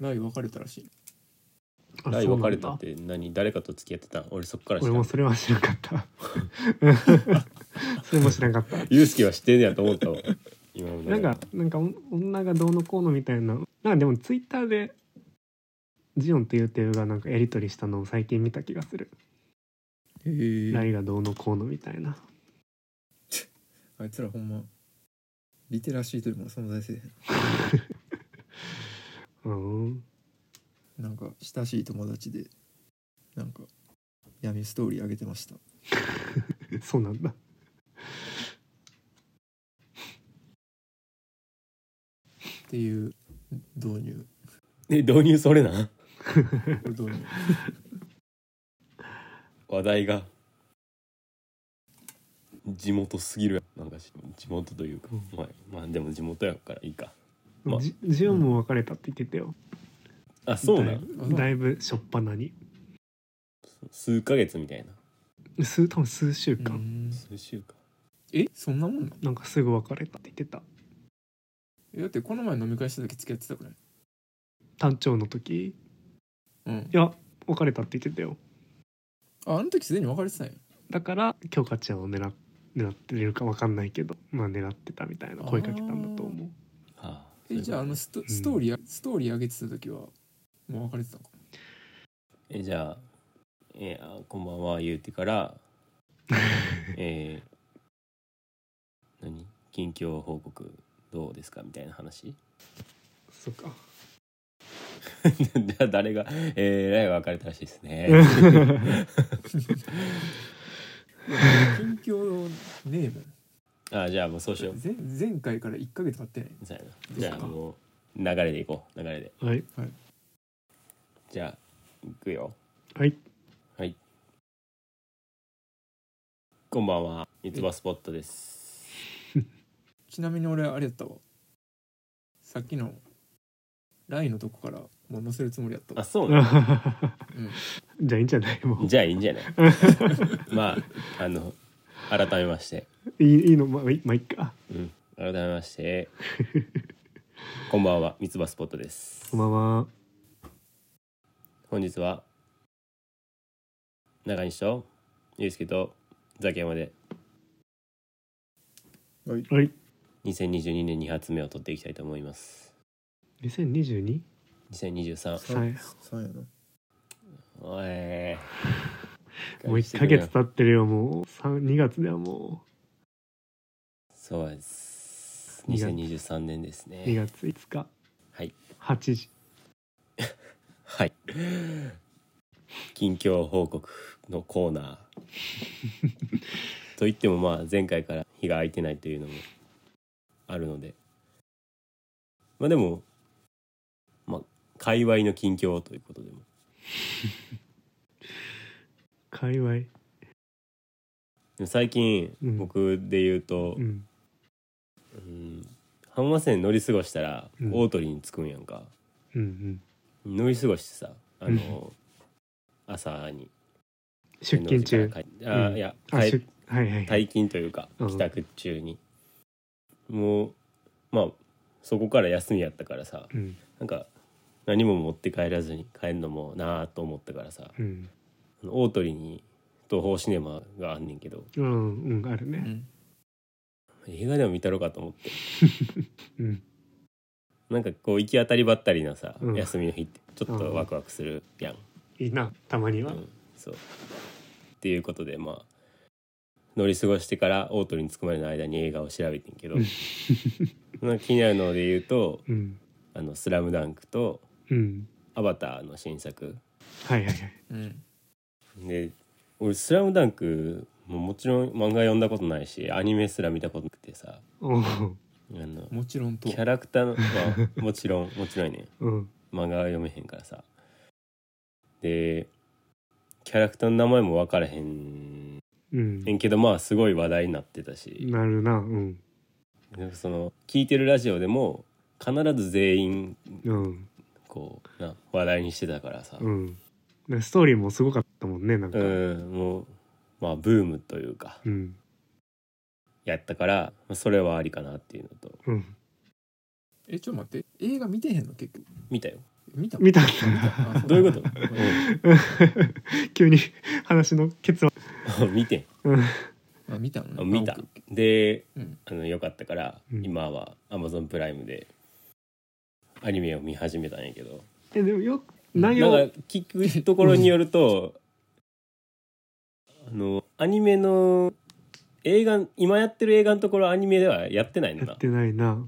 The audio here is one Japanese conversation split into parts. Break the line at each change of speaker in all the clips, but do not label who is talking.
ライ別れたらしい
あ
ライ
そうなん
別
だ
れたって何誰かと付き合ってたん俺そっから知
俺
ら
も
ん
それは知らんかった それも知らんかった
ユウスケは知ってんねやと思 ったわ今の
なんかなんかお女がどうのこうのみたいななんかでもツイッターでジオンとユーテルがなんかやり取りしたのを最近見た気がする、
へえ
ライがどうのこうのみたいな
あいつらほんまリテラシーというもの存在せえへん
うん
なんか親しい友達でなんか闇ストーリー上げてました
そうなんだ
っていう導入
え導入それなん
これ導入
話題が地元すぎるなんかし地元というか、まあ、まあでも地元やからいいかまあ
ジジオンも別れたって言ってたよ、
あそう
だ
ないん
だいぶ初っ端に
数ヶ月みたいな
数多分数週
う
間、
ん
数週間
えそんなもんなん
なんかすぐ別れたって言ってた
えだってこの前飲み会した時付き合ってたくない
単調の時
うん
いや別れたって言ってたよ
ああの時すでに別れてたんや
だから京香ちゃんを狙っ狙ってるかわかんないけどまあ狙ってたみたいな声かけたんだと 思う
はあ
えじゃああのストストーリーや、ストーリー上げてた時はもう別れてたの か
えじゃあえーあこんばんは言うてからえー何近況報告どうですかみたいな話
そっか
じゃあ誰が「えー、ライブ別れたらしいですね」
いや近況ねえもん
あじゃあもうそうしよう
前前回から1か月経ってない
そうやなじゃあもう流れでいこう流れで
はい
じゃあいくよ
はい
こんばんは三つ葉スポットです
ちなみに俺あれやったわさっきのラインのとこからもう載せるつもりやった
あ
わ
そうな
うん
じゃあいいんじゃないも
のじゃあいいんじゃないまああの改めまして
ういいいいのまあいいまあいいか
うん改めましてこんばんは三つ葉スポットです
こんばんは
本日は中西とゆうすけとザキヤマで
はい
はい
2022年2発目を取っていきたいと思います
2022
2023
はい
そうやな
おえ
もう1か月経ってるよもう三2月ではも
そうです
二月
2023年ですね
う2月5日
はい
8時
はい。近況報告のコーナ ー。と言ってもまあ前回から日が空いてないというのもあるので。まあでも、まあ、界隈の近況ということでも。
界隈
でも最近
うん
僕で言うと、
うん
うん、半和線乗り過ごしたら
うん
大鳥に着くんやんか。
うんうん
乗り過ごしてさ、あの、朝に。
出勤中
天王寺から帰
う
あ、
ん
いや、
あ
帰
出はいはいはい
退勤というか
うん
帰宅中に、もうまあそこから休みやったからさ
うん
なんか何も持って帰らずに帰るのもなあと思ったからさ
うん
あの大鳥に東宝シネマがあんねんけど
うんうんある
う
ね
ん
映画でも見たろかと思って
うん
なんかこう行き当たりばったりなさ、
うん
休みの日ってちょっとワクワクするやん、
いいなたまには
うんそうっていうことでまあ乗り過ごしてから大鳥に着くまでの間に映画を調べてんけど
うん
なんか気になるので言うと
うん
「あのスラムダンクと
うん
「アバター」の新作
はいはいはい
うん
で俺「スラムダンクももちろん漫画読んだことないしアニメすら見たことなくてさ
おう
あの
もちろんと
キャラクターの、まあ、もちろんもちろんやね
うん
漫画は読めへんからさでキャラクターの名前も分からへん
うん
ねんけどまあすごい話題になってたし
なるなうん
なんかその聞いてるラジオでも必ず全員
うん
こうな話題にしてたからさ、
うんでストーリーもすごかったもんねなんか
うん、もうまあブームというか
うん
やったからまあそれはありかなっていうのと
うん
えちょっと待って映画見てへんの結局
見たよ
え見た
見た
あそ
どういうこと
ごめん
急に話の結論
うん 見て
うん
あ見たのね
あ見た
あオッケー
で
うん
あのよかったから、
うん
今は Amazon プライムでアニメを見始めたんやけど
えでもよ
うん
内容
なんか聞くところによると、あのアニメの映画今やってる映画のところアニメではやってないん
やっ
だ
てないな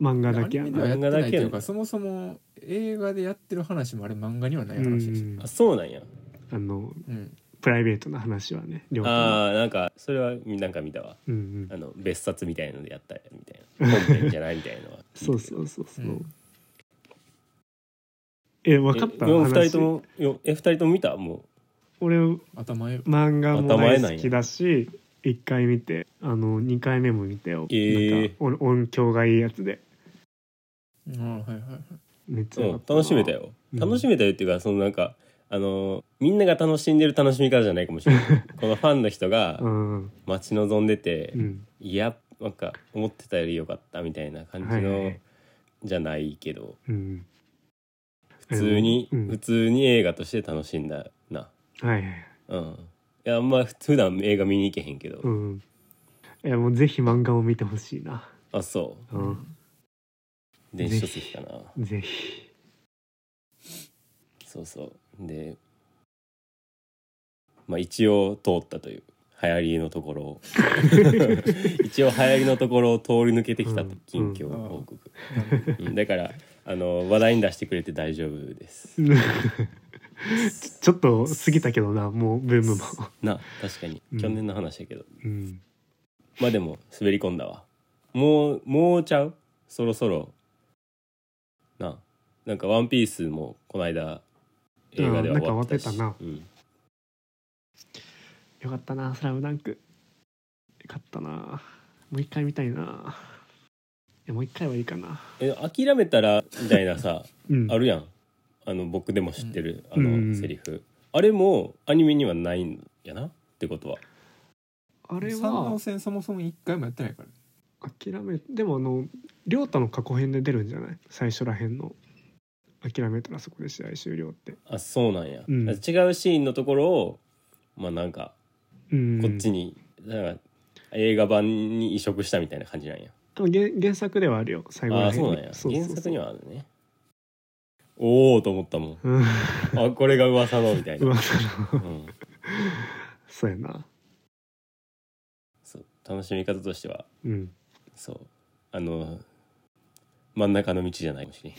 漫画だけや
アニメ
な
ではやってないという
漫画だけやな
かそもそも映画でやってる話もあれ漫画にはないう話でし
ん
あそうなんや
あの
たうん
プライベートな話はね両方
あーなんかそれはなんか見たわ
うんうん
あの別冊みたいのでやったみたいな本編じゃないみたいなのは
そうそうそうそう、
うん
え分かった
えもう二
話
人ともよえ二人とも見たも
俺
頭よ
漫画も
頭絵
大
なんや
好きだし1回見てあの2回目も見てよ、
えー
なんか音音響がいいやつで
あーはいはいはい
めっち
う、
ゃ
う
良か
ん
っ、たな
楽しめたよ
うん
楽しめたよっていうかそのなんかあのみんなが楽しんでる楽しみ方じゃないかも しれないこのファンの人が
うん
待ち望んでて、
うん
いやなんか思ってたより良かったみたいな感じの、
はいはい
じゃないけど
うん
普通に、
うん
普通に映画として楽しんだな
はいはい
うんいやあんま普段映画見に行けへんけど、
うんいやもうぜひ漫画を見てほしいな
あそ
うん
う電子書籍かな
ぜひ
そうそうでまあ一応通ったという流行りのところ を一応流行りのところを通り抜けてきたと
うん
近況報告、 うんだからあの話題に出してくれて大丈夫です
うんちょっと過ぎたけどなもうブームも、
な確かに
うん
去年の話だけど、
うん、
まあでも滑り込んだわもうもうちゃうそろそろななんか「ワンピースもこの間映画では
うん
終わってたし
なんか
うん
よかったな「スラムダンクよかったなもう一回見たいないやもう一回はいいかな
え諦めたらみたいなさ
うん
あるやんあの僕でも知ってる、
うん
あ
うん
のセリフ、あれもアニメにはないんやなってことは
あれ
三能
は
戦そもそも一回もやってないから
諦めでもあの亮太の過去編で出るんじゃない最初らへんの諦めたらそこで試合終了って
あそうなんや、
うん
違うシーンのところをまあなんか
うん
こっちに、なんか映画版に移植したみたいな感じなんや
でも原原作ではあるよ最後
あ
ら
あ
へ
そ
に
うなんや
そうそうそう
原作にはあるねおおと思ったもん
うん
あこれが噂のみたいな、
う
うん
わ、そのそうやな
そう楽しみ方としては
うん
そうあの真ん中の道じゃないかもしれ んあ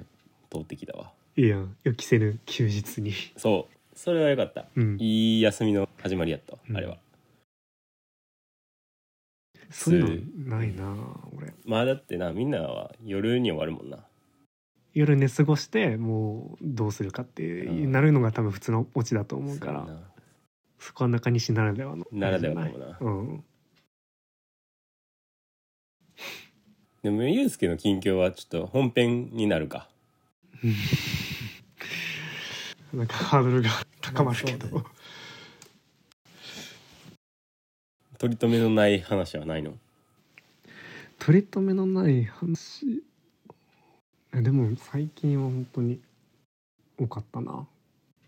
の通ってきたわ
いいやん予期せぬ休日に
そうそれは良かった
うん
いい休みの始まりやったわ、
うん
あれは
そういうのないな俺
まあだってなみんなは夜に終わるもんな
夜寝過ごしてもうどうするかって
うん
なるのが多分普通のオチだと思うから
そうや
そこは中西ならではの
なならではかもな、
うん
でもゆうすけの近況はちょっと本編になるか
なんかハードルが高まるけ
ま
ど
取り留めのない話はないの
取り留めのない話えでも最近は本当に多かったな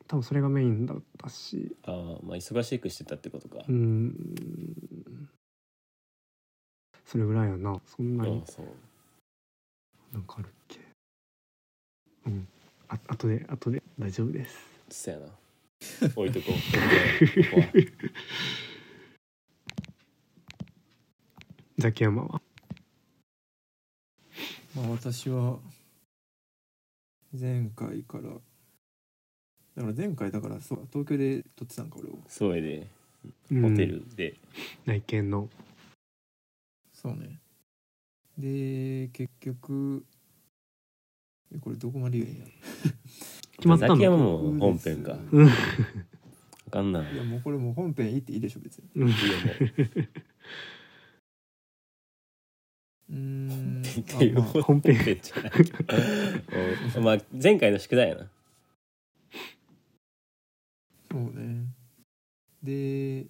多分それがメインだったし
ああまあ忙しくしてたってことか、
うんそれぐらいやなそんな
あ
に
あそう
なんかあるっけうんああとであとで大丈夫です
そやな置いとこうここは
ザキヤマは
まあ私は前回からだから前回だからそうか東京で撮ってたんか俺を
そうやで
うん
ホテルで、
内見の
そうねで結局えこれどこまで言うんや
決まったの
ザキヤマも本編か
うん
あかんない
いやもうこれもう本編いいっていいでしょ別に
うん
いいよね
うーん
ってい
あ
う
まあ
本編
じゃないけどうんまあ前回の宿題やな
そうねで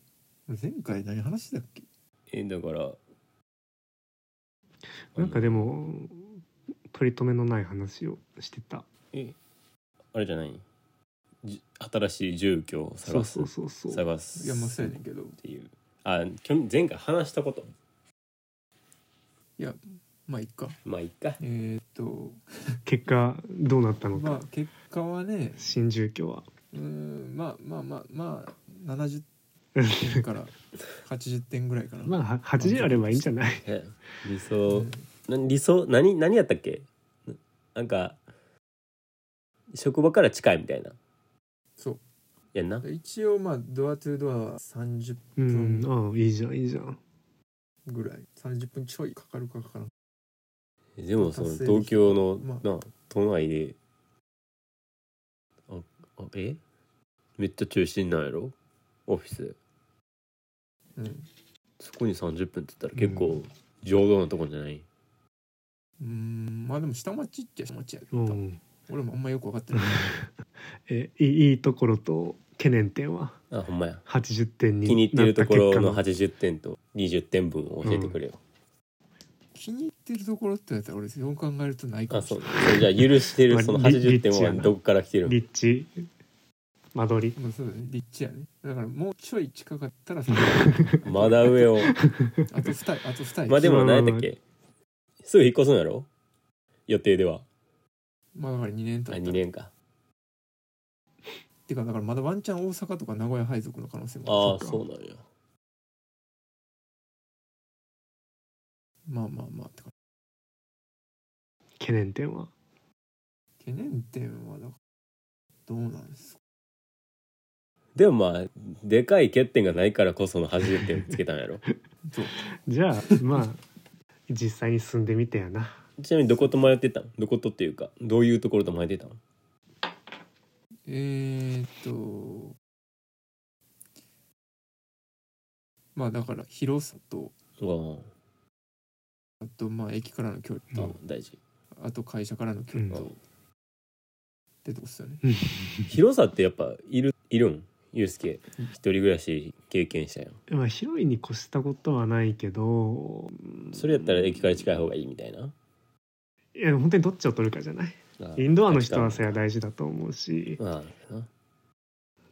前回何話してたっけ
えだから
なんかでも取り留めのない話をしてた
えあれじゃないじ新しい住居を
そ
探
う
す
そうそうそう
探す
いやまあそうや
っ
ねんけど
ていうあきょ前回話したこと
まあいっか
まあいっか
えー、っと
結果どうなったのか、
まあ結果はね
新住居は
うーんまあまあまあまあ70点から80点ぐらいかな、
まあは80あればいいんじゃない
え理
う
想
ん
な理想何何やったっけななんか職場から近いみたいな
そう
やんな
で一応まあドアトゥドア30
うんああいいじゃんいいじゃん
ぐらい30分ちょいかかるかかからん
でもその
達成できた
東京の、
ま
な都内でああえめっちゃ中心なんやろオフィス
うん
そこに30分って言ったら
うん
結構浄土なとこじゃない、
うーんまあでも下町っちゃ下町やけ
う
ど、
ん
俺もあんまよく分かってない
えいいいいところと懸念点は
あほんまや
80点に
気に入ってるところの
なった結
80点と20点分を教えてくれよ、
気に入ってるところってやったら俺そう考えるとないか
あ
もし
そ
れ
う
ない
それじゃあ許して
ま
る
あ
その
リ
80点
リッチや
は
な
どこから来て
果
る
の
の
立地間取り
まあそうだね立地やねだからもうちょい近かったら あと
まだ上を
2人あと2人
まあでも
まあまあ
何やったっけすぐ引っ越すんやろ予定では
まあだから2年
あ
経った
2年か
てかだからまだワンチャン大阪とか名古屋配属の可能性も
そっ
あ
か
あそうなんや
まあまあまあってか
懸念点は
懸念点はだからどうなんですか
でもまあでかい欠点がないからこその80点つけたん やろ
そう
じゃあまあ実際に住んでみてやな
ちなみにどこと迷ってたんどことっていうかどういうところと迷ってたん
えー、っとまあだから広さと
うん
あとまあ駅からの距離
あ
と、
大事
あと会社からの距離と、
うん
ってとこっすよね
広さってやっぱいるいるんゆうすけ一人暮らし経験したやん
まあ広いに越したことはないけど
それやったら駅から近
い
い方がいいみたいない
や本当にどっちを取るかじゃない
あ
インドアの人はそれ
や
は大事だと思うし
ああ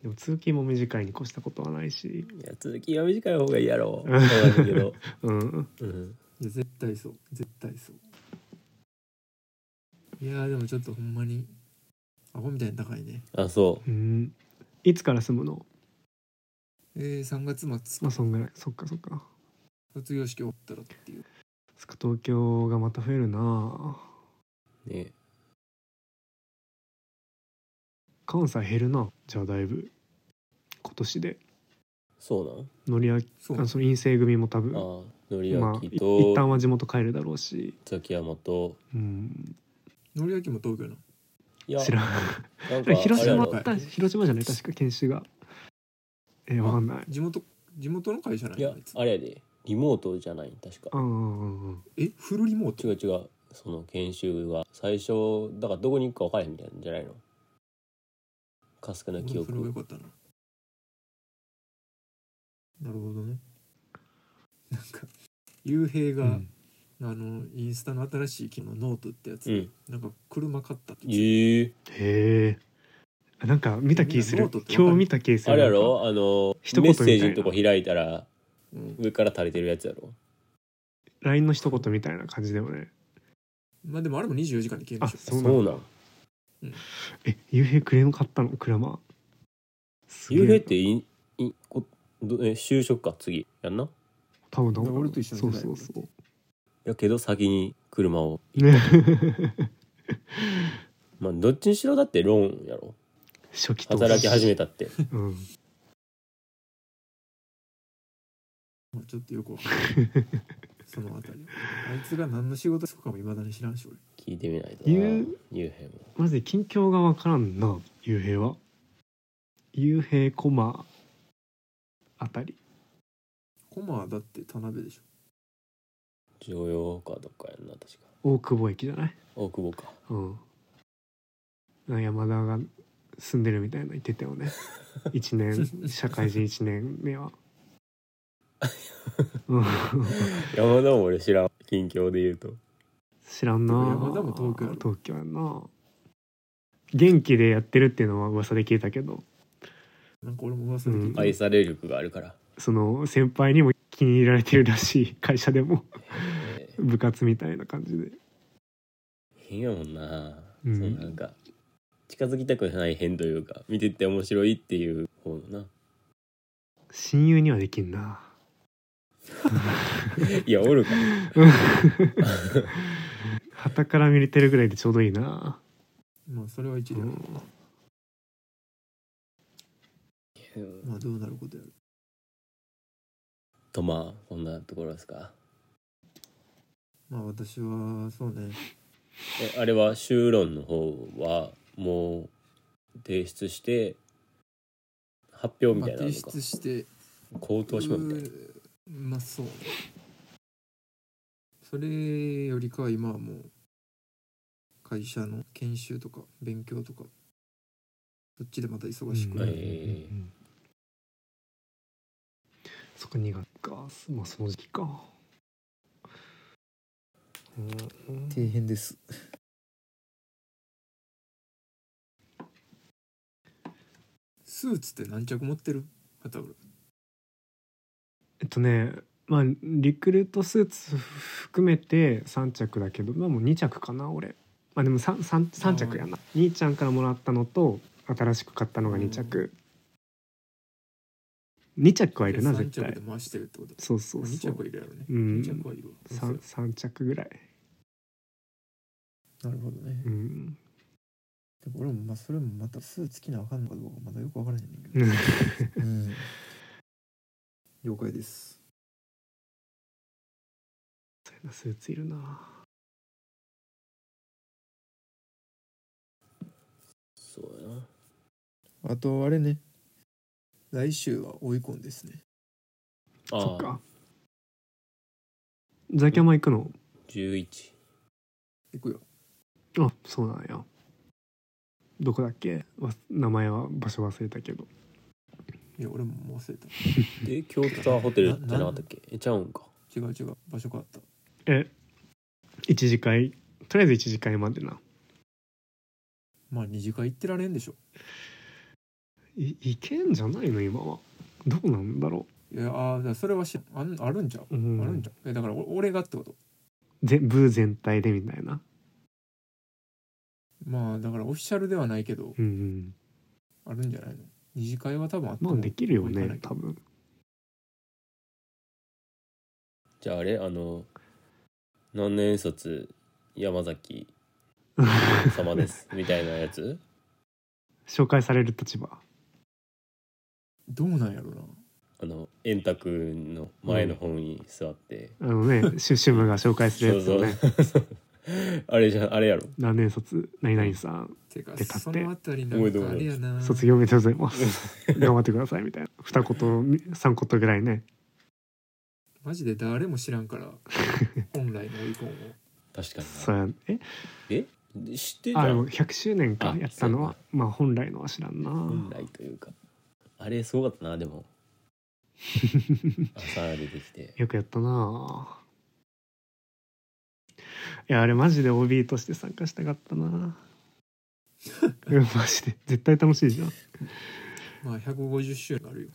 でも通勤も短いに越したことはないし
いや続きは短い方がいいやろ
うん
そうなんだ けど、
うん
うん、
いや絶対そう絶対そういやーでもちょっとほんまにアホみたいに高いね
あそう
うんいつから住むの
えー、3月末
まあそんぐらいそっかそっか
卒業式終わったらっていう
そっか東京がまた増えるな
ね
関西減るなじゃあだいぶ今年で
そう
乗りあ
そう
あその陰性組も多
な
分
んああのり
ま
あ
あい
き
一旦
と
は地元帰るだろうし、
ザキヤマと
うん、
のりあきも東京ない
や
知らん
なん か
広
あれや
島
ろ
はい
だ広島じゃない確か研修がえー、わかんない
地元地元の会社なん
いや
あいつ
あれやでリモートじゃない確
う
か
んうんうん
えフルリモート
違う違うその研修が最初だからどこに行くか分からへんみたいなんじゃないのかすかな記
俺それが良
憶
かったななるほどねなんか雄平
う
が、
ん
あのインスタの新しい機能ノートってやつ、
うん
なんか車買ったって
えー、
へえなんか見た気す
ノ
る
ートってわかる
今日見た気する
あれやろあの
一言
メッ
みた
セ
いな
ージのとこ開いたら
うん
上から垂れてるやつやろ
LINE の一言みたいな感じだよね
まあでもあれも24時間で消える
あ
でしょ
そうな
そうん
だ
なん
えゆうへいクレーム買ったの車すげえ
幽霊っていんいんこどえ就職か次やんな
多分多分
俺と一緒
そ
の
う
世代
そうそ う
やけど先に車を
ね
まあどっちにしろだってローンやろ
初期投資
働き始めた って
うん
まあちょっとよくわかんない そのあたりあいつが何の仕事するかもいまだに知らんし俺
聞いてみないとな
言う
幽閉も
マジで近況がわからんな幽閉は幽閉コマあたり
コマはだって田辺でしょ
常用かどっかやんな確か
大久保駅じゃない
大久保か
うん山田が住んでるみたいなの言ってたよ ね一年社会人1年目はうん
山田も俺知らん近況で言うと
知らんな
山田も東京やろ
東京やな元気でやってるっていうのは噂で聞いたけど
なんか俺も噂で聞いた、
愛され力があるから、
その先輩にも気に入られてるらしい会社でも
えー
部活みたいな感じで
変やもんな、
うん
そうなんか近づきたくない変というか見てて面白いっていう方の な
親友にはできんな い
やおるか
旗から見れてるぐらいでちょうどいいな
まあそれは一理ある、
うん
まあどうなることやる
とまあこんなところですか
まあ私はそうね
えあれは修論の方はもう提出して発表み
まあ
たいなの
提
か
出して
口頭諮問みたいな
うーんまあそうそれよりかは今はもう会社の研修とか勉強とかそっちでまた忙しく
う
なる、
んえー
そっか2月かまあその時期かうん
底辺ですスーツって何着持ってる旗浦
えっとねまあリクルートスーツ含めて3着だけどまあもう2着かな俺まあでも 3, 3, 3着やな兄ちゃんからもらったのと新しく買ったのが2着2着はいるな
3
絶
着
対
で回してるってこと
そうそう
2
そ
着
う
はいるやろね、
うん
2着はいるわ
3, 3着ぐらい
なるほどね、
うん
でも俺もまあそれもまたスーツ着なあかんのかどうかまだよくわからへんねんけど
うん
うん了解です
そうやなスーツいるな
そうやな
あとあれね来週は追い込んですね
そっ
ああ
かザキヤマ行くの
11
行くよ
あそうなんやどこだっけわ名前は場所忘れたけど
いや俺ももう忘れた
で京都タワーホテルじゃなかったっけえちゃうんか
違う違う場所変わった
え一次会とりあえず一次会までな
まあ二次会行ってられんでしょ
いいけんじゃないの今はどうなんだろ
いやあーだからそれはしあんあるんちゃう
う、う
あるん
ん
ち、ゃうえだからお俺がってこと
ぜ部全体でみたいな
まあだからオフィシャルではないけど
うんうん
あるんじゃないの二次会は多分あって
まあ
も
できるよ
もう行かな
ね
い
多分
じゃああれあの何年卒 山崎様ですみたいなやつ
紹介される立場
どうなんやろな
あの円卓の前の方に座って、
あの ねシュシュムが紹介するやつ
そ
を
う
ね
そう あれじゃあれやろ
何年卒何々さん
てか
出たって
そのあたりなんかあれやな
卒業おめでとうございます 頑張ってくださいみたいな二言三言ぐらいね
マジで誰も知らん から本来の追い込んを
確か
そうやえ
にな知ってた
あでも100周年か
あ
やったのは
そ
まあ本来のは知らんな、
本来というかあれすごかったな でも朝出てきて
よくやったなあいやあれマジで OB として参加したかった ないやマジで絶対楽しいじゃん
まあ150周年あるよ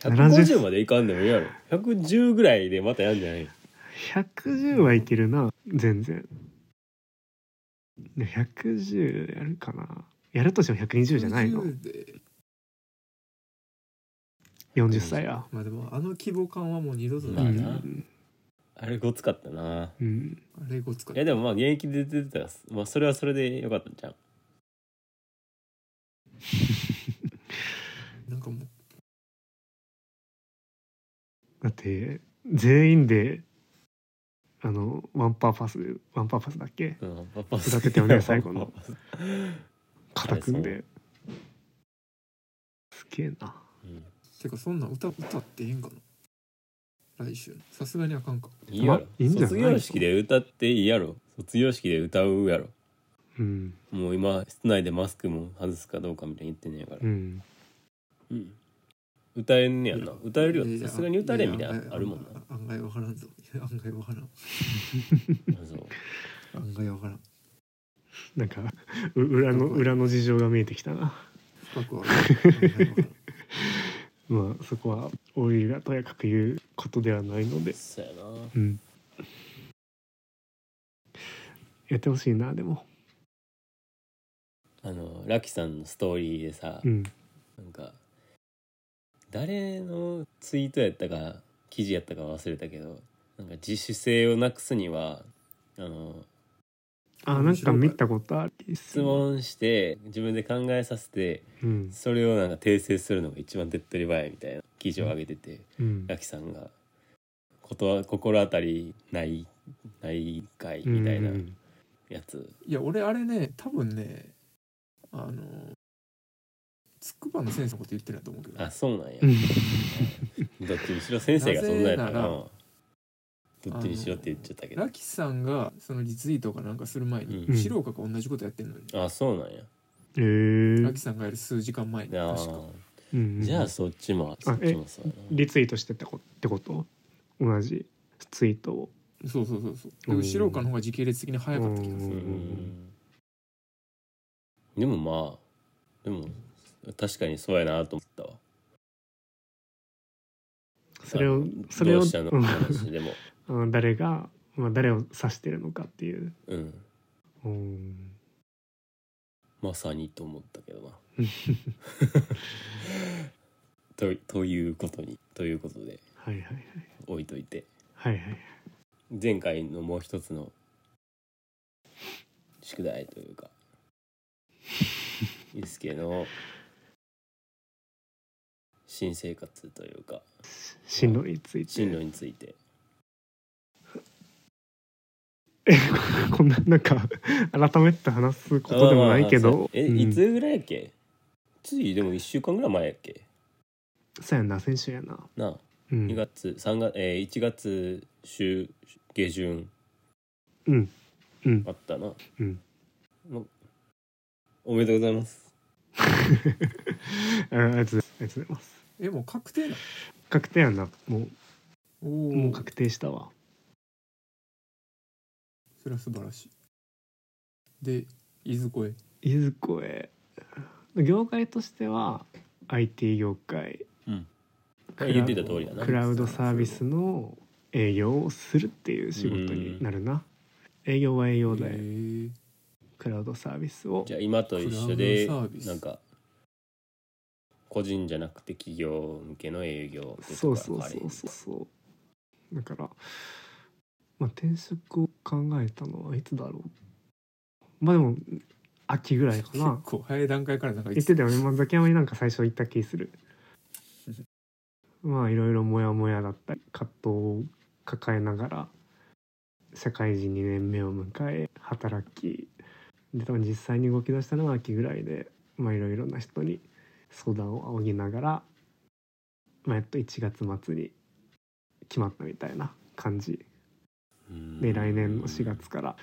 150までいかんでもいいやろ110ぐらいでまたやんじゃないの
110はいけるな全然で110やるかなやるとしても120じゃないの
110で
40歳や
まあでもあの規模感はもう二度と
ま
な
あ
い、
な
うん
あれごつかったな
うん、
あれごつかっ
いやでもまあ現役で出てたら、まあ、それはそれでよかったんじゃん
なんかもう
だって全員であのワンパーパスワンパーパスだっけ
うん、パパ
育ててよね最 後の。肩組ん
あ
で。すげえな。
うん
てかそんなん歌歌ってへんかな来週さすがにあかんか
いいやろ
まあいいんじゃない
卒業式で歌っていいやろ卒業式で歌うやろ
うん。
もう今室内でマスクも外すかどうかみたいに言ってんねやから、
うん。
うん歌えんねやんな歌え
い
る
やい
よ
や
さすがに歌えれんみたい
や
なのあるもんな
案外案外わからんぞいや案外わからん
そう
案外わからん
なんかう裏の裏の事情が見えてきたな
深くはわ からん案外わからん
まあそこはオイルがとやかく言うことではないので
そうやな
うんやってほしいなでも
あのラキさんのストーリーでさ、
うん
なんか誰のツイートやったか記事やったか忘れたけどなんか自主性をなくすにはあの
あなんか見たことある
質問して自分で考えさせて
うん
それをなんか訂正するのが一番手っ取り早いみたいな記事を上げてて、
うん
ラキさんがことは心当たりないないんかいみたいな
うん
やつ、
いや俺あれね多分ねあのつくばの先生のこと言ってるんだと思うけど
あそうなんや、
うん
どっちにしろ先生がそんなんやったらな
なぜなら
どっちにしろって言っちゃったけど
ラキさんがそのリツイートかなんかする前に、
うん
白岡が同じことやってるのに、
あそうなんや
え
ラ
ー
キさんがやる数時間前に
あ
確か
ー
うん
じゃあそっちもそっちもそうやな
リツイートしてたこってこと同じツイートを
そうそうそうそうで
うん
白岡の方が時系列的に早かった気がす
う
る
ん
でもまあでも確かにそうやなと思ったわ
それ
あ
を
の
それを
同志社の話でも
うん誰が、まあ、誰を指してるのかっていう
うん
うん
まさにと思った けどなとということにということで
はいはいはい
置いといて
はいはい
前回のもう一つの宿題というかユースケの新生活というか
進路について
進路について
こんななんか改めて話すことでもないけ
あまあまあ
ど
え、
うん
いつぐらいやっけついでも1週間ぐらい前やっけ
そうやんな先週やな
なあ
うん
2月3月、えー、1月週下旬
うんうん
あったな
うん
まおめでとうございます
あありがとうございますありがとうございます
えもう確定な
確定やなも
の
う
お
も
お
う確定したわ
それは素晴らしいでいずこへ
いずこへ業界としては IT 業界
まあ言ってた通りだな
クラウドサービスの営業をするっていう仕事になるな営業は営業
へ
で
ー
クラウドサービスを
じゃあ今と一緒で
クラウドサービス
なんか個人じゃなくて企業向けの営業ってと
そ
こ
う
が
そう
あれ
そうそうそうだから、まあ、転職を考えたのはいつだろうまあでも秋ぐらいか
結
な
構早い段階からなんか
言ってたよね、まあ、ザキヤマになんか最初行った気するまあいろいろモヤモヤだったり葛藤を抱えながら社会人2年目を迎え働きで多分実際に動き出したのは秋ぐらいでまあいろいろな人に相談を仰ぎながら、まあ、やっと1月末に決まったみたいな感じ
うん
で来年の4月から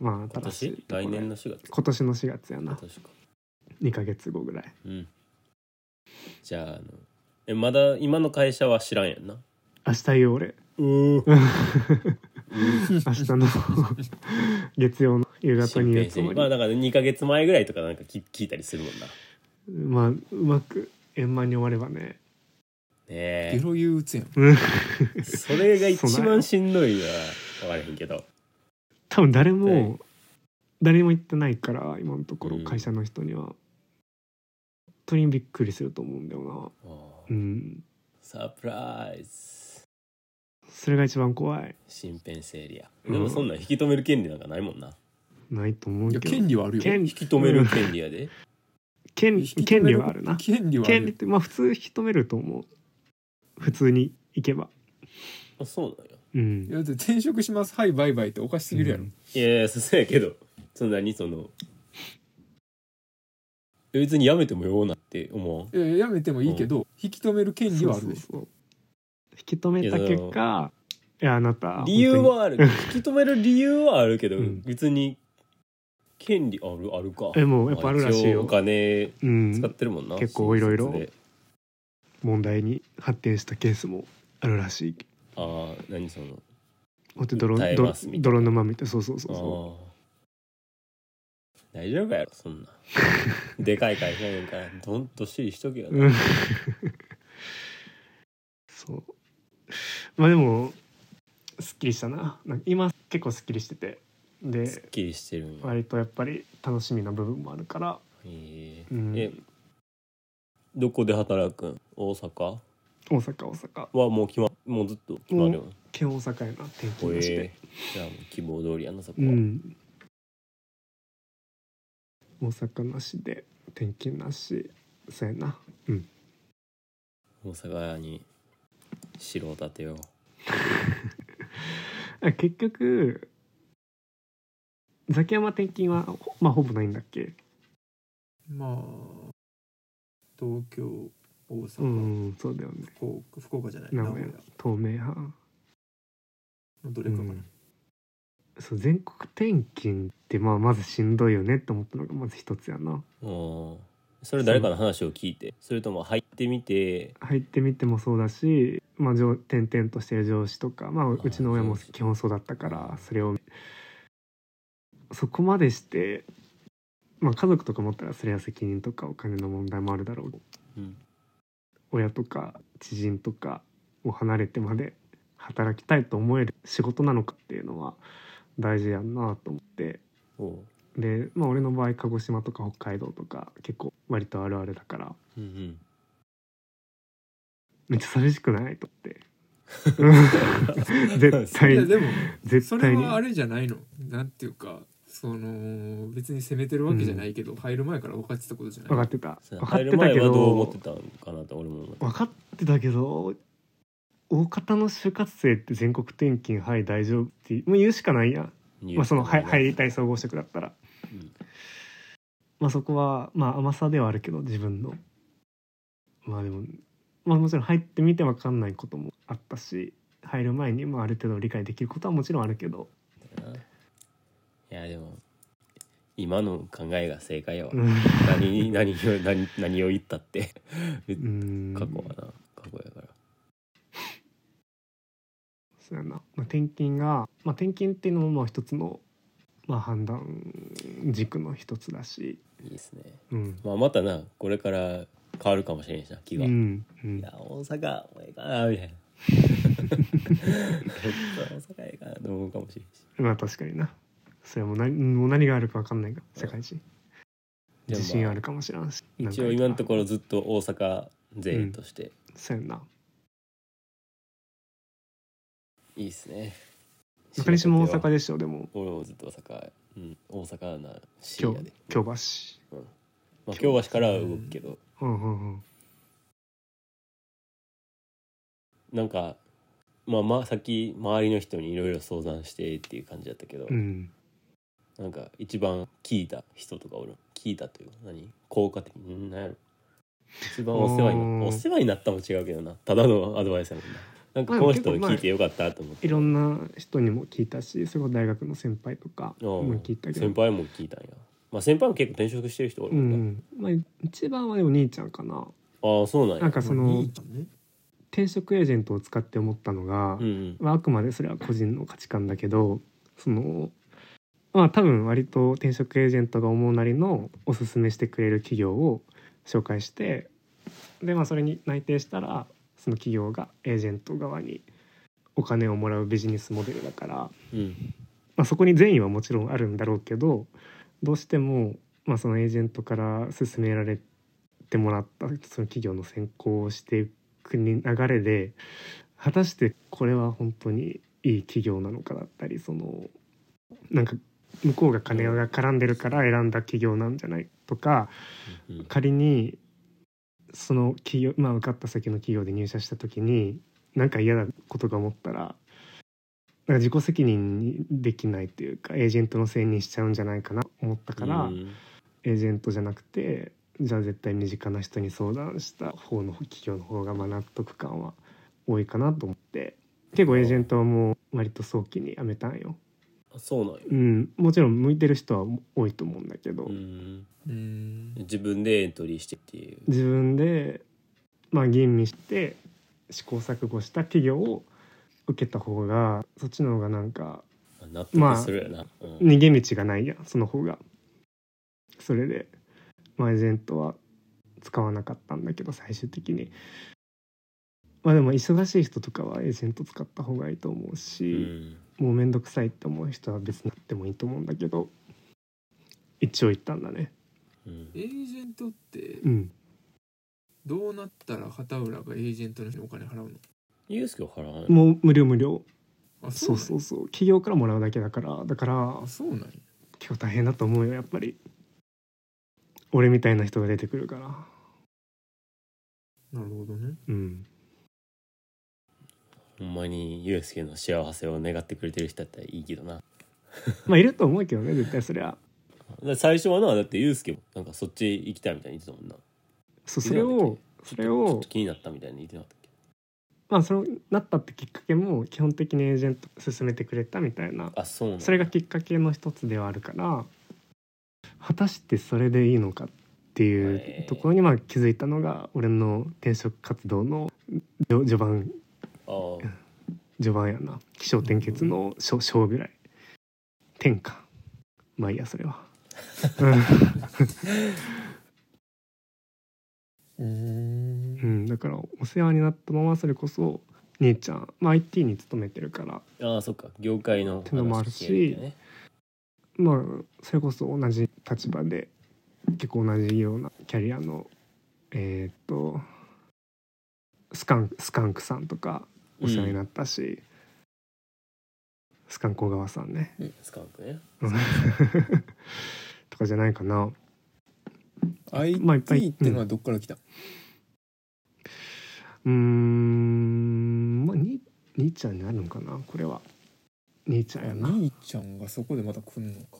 まあ
今
新しい
年
ところへ
来年の4月
今年の4月や
今
な
年か
2ヶ月後ぐらい
うんじゃああのえまだ今の会社は知らんやんな
明日よ俺
うん
明日の月曜の夕方に
新
言う
編
つ
成
もり
まあだから2か月前ぐらいとかなんか聞聞いたりするもんなね
まあうまく円満に終わればね
ゲ
え
ロ憂鬱やん
それが一
そうなん
番
よ
しんどいのは分からへんけど
多分誰
はい
も誰にも言ってないから今のとこ
う
ろ
ん
会社の人には、本当にびっくりすると思うんだよ
あ
なう
ー
ん
サプライズ
それが一番怖い
新編成エリア
うん
でもそんなん引き止める権利なんかないもんな
ないと思
いうや
けど
権利はあるよ
権
引き止める権利やで
権
引き止め
権利はあるな
権利はあ
権利っ
る
てまあ普通引き止めると思う普通に行けば
あそうなんや
う
い
ん
やだって転職しますはいバイバイっておかしすぎるやろ、
うん
いやいやそうやけどそんなにそのえ別にやめてもようなって思
いやいややめてもいいけど、引き止める権利はあるでしょ
そうそうそう引き止めた結果いやあなた
う理由
本
はある引き止める理由はあるけど、
うん
別に権利あるあるか
当にえもうやっぱあるらしい
一応お
よ、
金
うん、
使ってるもんな、
結構いろいろ
新卒で
問題に発展したケースもあるらしい。
ああ何その
ほんと泥
訴え
泥
ますみたいな
泥沼みたいなそうそうそうそ
あ大丈夫やろそ んなでかい会社やねんからどんどっしりしとけよ、
うん そうまあでもすっきりしたななんか今結構すっきりしてて
す
で
っきりしてるんや、
割とやっぱり楽しみな部分もあるから、
え
う
ー
ん
えどこで働くん大阪
大阪大阪
はもう決まもうずっと決まるよ
県大阪やな転
ほ
勤
え
なし
ー
で、、
じゃあもう希望通りやなそこ
う
は、
ん大阪なしで転勤なしそうやなうん
大阪に城を建てよう
あ結局ザキヤマ転勤はほまあほぼないんだっけ
まあ東京大阪、
うんそうだよね
福岡福岡じゃない
名
名
古
古
屋
屋
透明派
のどれかかな、
うんそう全国転勤ってまあまずしんどいよねって思ったのがまず一つやな
うんそれ誰かの話を聞いてそれとも入ってみて
入ってみてもそうだし、まあ、上転々としてる上司とか、まあ、うちの親も
そうそう
基本そうだったからそれをそこまでして、まあ、家族とか持ったらそれは責任とかお金の問題もあるだろう
うん
親とか知人とかを離れてまで働きたいと思える仕事なのかっていうのは大事やんなと思って
おう
で、まあ、俺の場合鹿児島とか北海道とか結構割とあるあるだから
うんうん
めっちゃ寂しくないと思って。うん絶対
い
に
やでもそ
絶
れ
対に
はあれじゃないのなんていうかその別に責めてるわけじゃないけど、入る前から分かってたことじゃない
分かってた分かっ
入
て
る
た
前
け
はどう思
ど
ってたのかなって俺も思った
分かってたけど大方の就活生って全国転勤はい大丈夫ってもう言うしかないやん、まあ、そのはい入りたい総合職だったら、
うん
まあ、そこはまあ甘さではあるけど自分のまあでも、まあ、もちろん入ってみて分かんないこともあったし入る前にもある程度理解できることはもちろんあるけど、
いやでも今の考えが正解やわ、
うん
何何を何何を言ったって
うん
過去はな過去やから
そうやな、まあ、転勤が、まあ、転勤っていうのもまあ一つの、まあ、判断軸の一つだし、
いいですね、
うん、
まあ、またなこれから変わるかもしれんしな気が、
う
い
んうん
や大阪もうええかなみたいな本当は大阪ええかなと思うかもしれんし
まあ確かになそれも何もう何があるか分かんないが
うん
社会人
でも
自
ま
信あるかもしれんし
一応今のところずっと大阪勢として、
そうやんない
いっすね
中西も大阪
で
でしょでも
俺もずっと大阪、うん、大阪な深
今
夜
日
で、
京橋
まあ、京橋からは動くけど
うんうんうん
なんかまあまあさっき周りの人にいろいろ相談してっていう感じだったけど、
うん
なんか一番聞いた人とかおる聞いたというか何効果的に何やろ一番お世話にな
おー
お世話になったも違うけどなただのアドバイスやもんななんかこの人
まあ結構まあ
聞いてよかったと思って
いろんな人にも聞いたしそれこそ大学の先輩とか
あー
も聞いたけど
先輩も聞いたんやまあ先輩も結構転職してる人お
う
るも
ん
んな、
うんまあ一番はでも兄ちゃんかな
ああそうなんや
なんかそ
まあ
の
兄ちゃんね
転職エージェントを使って思ったのが、
うんうん
まあ、あくまでそれは個人の価値観だけどそのまあ多分割と転職エージェントが思うなりのおすすめしてくれる企業を紹介してでまあそれに内定したらその企業がエージェント側にお金をもらうビジネスモデルだから、
うん
まあ、そこに善意はもちろんあるんだろうけどどうしても、まあ、そのエージェントから勧められてもらったその企業の選考をしていくに流れで果たしてこれは本当にいい企業なのかだったりそのなんか向こうが金が絡んでるから選んだ企業なんじゃないとか
うん
仮にその企業まあ受かった先の企業で入社した時になんか嫌なことが思ったらなんか自己責任にできないというかエージェントのせいにしちゃうんじゃないかなと思ったから、
うん
エージェントじゃなくてじゃあ絶対身近な人に相談した方の企業の方がまあ納得感は多いかなと思って結構エージェントはもう割と早期に辞めたんよ、
あそうなんや
うん、もちろん向いてる人は多いと思うんだけど、
うん
うん
自分でエントリーしてっていう
自分でまあ吟味して試行錯誤した企業を受けた方がそっちの方がなんか
あ納得するよな、うん
逃げ道がないやんその方がそれで、まあ、エージェントは使わなかったんだけど最終的にまあでも忙しい人とかはエージェント使った方がいいと思う
う
し、
ん
もうめんどくさいって思う人は別になってもいいと思うんだけど一応言ったんだね
うん
エージェントって
うん
どうなったら畑浦がエージェントの人にお金払うの
ユースケは払わない
もう無料無料
あ
そう
う
そうそう企業からもらうだけだからだから
なんやあそうなんや
結構大変だと思うよやっぱり俺みたいな人が出てくるから
なるほどね
うん
ほんまにユースケの幸せを願ってくれてる人だったらいいけどなだか
まあいると思うけどね絶対そりゃ
ら最初はなだってユースケもなんかそっち行きたいみたいに言ってたもんな
そうそれをそれ
ちょっ
を
と気になったみたいに言ってなかったっけ
まあそのなったってきっかけも基本的にエージェント勧めてくれたみたいな
あそうなんだ
それがきっかけの一つではあるから果たしてそれでいいのかってい
は
う
い
ところにまあ気づいたのが俺の転職活動のじょ序盤
あー
序盤やな起承転結の章章ぐらい転かまあいいやそれ は
うー
うんんだからお世話になったままそれこそ兄ちゃん、まあ、IT に勤めてるから
あーそっか業界の
てのもあるし
話聞けみたいなね
まあそれこそ同じ立場で結構同じようなキャリアのえーっとスカンスカンクさんとかお世話になったし、スカンク小川さんね
スカンクね
うん とかじゃないかなまあいっぱい
IT ってのはどっから来た、
うーんまあに兄ちゃんになるのかなこれは兄ちゃんやな
兄ちゃんがそこでまた来んのか、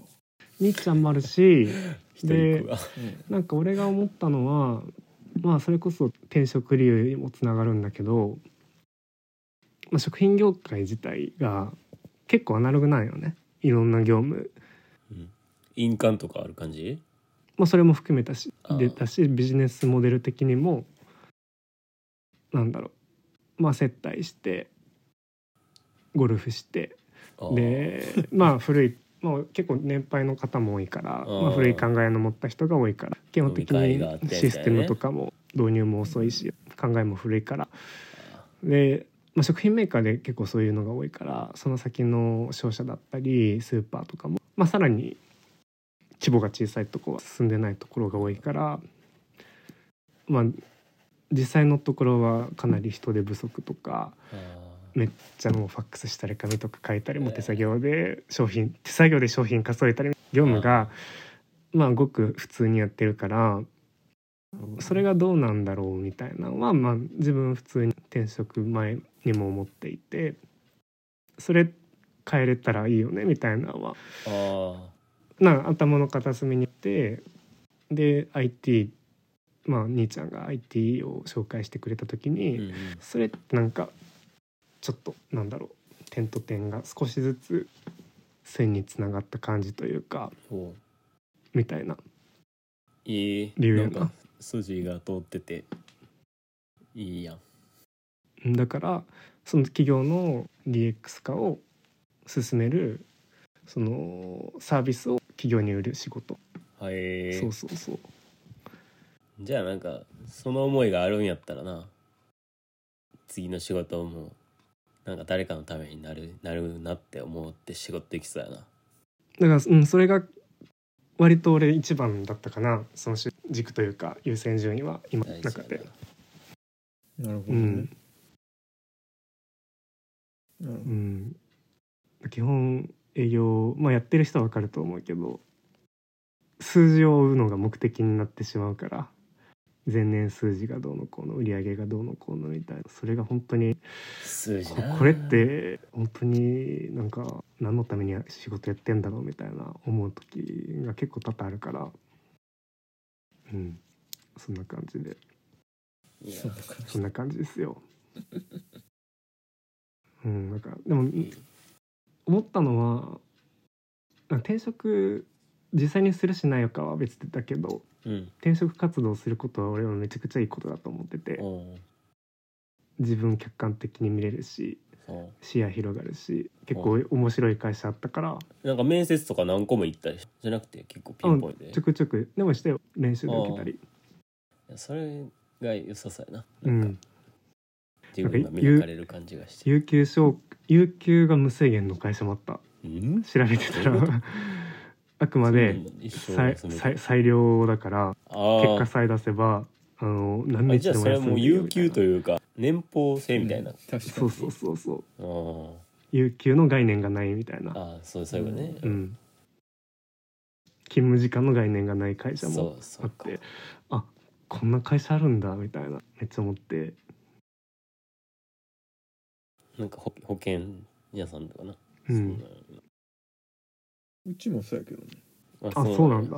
兄ちゃんもあるし
一人っ子が
うん
なんか俺が思ったのはまあそれこそ転職理由にもつながるんだけど、まあ、食品業界自体が結構アナログなんよねいろんな業務、
うん印鑑とかある感じ
まあ、それも含めたし
あー
でだしビジネスモデル的にもなんだろうまあ接待してゴルフして
あー
でまあ古い、まあ、結構年配の方も多いから
うん
まあ、古い考えの持った人が多いから基本的
飲み会があってみ
に
たいな
シ
ね
ステムとかも導入も遅いし考えも古いからで、まあ、食品メーカーで結構そういうのが多いからその先の商社だったりスーパーとかも、まあ、さらに規模が小さいとこは進んでないところが多いからまあ実際のところはかなり人手不足とか。
あー
めっちゃもうファックスしたり紙とか書いたりも手作業で商品手作業で商品数えたり業務がまあごく普通にやってるからそれがどうなんだろうみたいなのはまあ自分普通に転職前にも思っていてそれ変えれたらいいよねみたいなのは
あー
なんか頭の片隅にいてで IT まあ兄ちゃんが IT を紹介してくれた時に、
うんうん
それってなんかちょっとなんだろう点と点が少しずつ線につながった感じというか
そう
みたいない
い
理由や
なん
な
か筋が通ってていいやん
だからその企業の DX 化を進めるそのサービスを企業に売る仕事、
はい
そうそうそう
じゃあなんかその思いがあるんやったらな次の仕事もなんか誰かのためになるなるなって思って仕事できそうやな
だから、うん、それが割と俺一番だったかなそのし軸というか優先順位は今の
大事
中
やな
で、
なるほど
う
ね、
ん、
なるほど
うん、基本営業、まあ、やってる人は分かると思うけど数字を追うのが目的になってしまうから前年数字がどうのこうの売り上げがどうのこうのみたいなそれが本当に
数字
こ
な
これって本当になんか何のために仕事やってんだろうみたいな思う時が結構多々あるからうんそんな感じで
いや
そうか
そんな感じですよ。うん、なんかでも思ったのはなんか転職実際にするしないかは別だけど
うん
転職活動することは俺はめちゃくちゃいいことだと思ってて
おう
自分客観的に見れるし
うん
視野広がるし結構面白い会社あったから
なんか面接とか何個も行ったりじゃなくて結構ピンポイントで
ちょくちょくでもしてよ練習で受けたり
いやそれが良さそうや
う
ななんか
ん
自分が磨かれる感じがして
有給証有給が無制限の会社もあった
うん
調べてた
どういう
ら あくまで
一生
裁
休み
裁裁量だから
あ
結
ー
果さえ出せばあの何
あ
日
じゃあ
で
そ
も
れは
休
も
ん
う
でいいよ
有
みた
給
い
と
な
いうか年俸制みたいな、
うん確かに
そうそうそうそう
あ
有給の概念がないみたいな
ああーそうそういうことね、
う、ん、勤務時間の概念がない会社も
そうそ
あ
う
っ
か
てあこんな会社あるんだみたいなめっちゃ思って
なんか保保険屋さんとかな、
う
そ
ん
うちもそうやけどね
うなんや
あ
あ
そうなんだ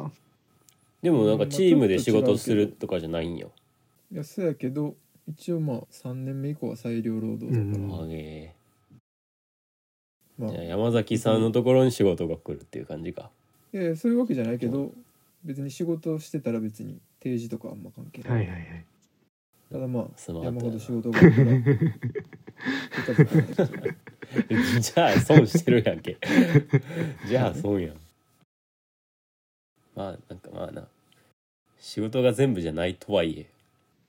でもなんかチームで仕事するとかじゃないんよ、
いやそうやけど一応まあ3年目以降は裁量労働だから、
うん
あげ
まあ
ーじゃあ山崎さんのところに仕事が来るっていう感じか
いやいやそういうわけじゃないけど別に仕事してたら別に定時とかあんま関係ない、
はいはいはい
ただまあ
スマートや
山
な
ほど仕事がある から手数がないですけど
じゃあ損してるやんけ じゃあ損やんまあなんかまあな仕事が全部じゃないとはいえ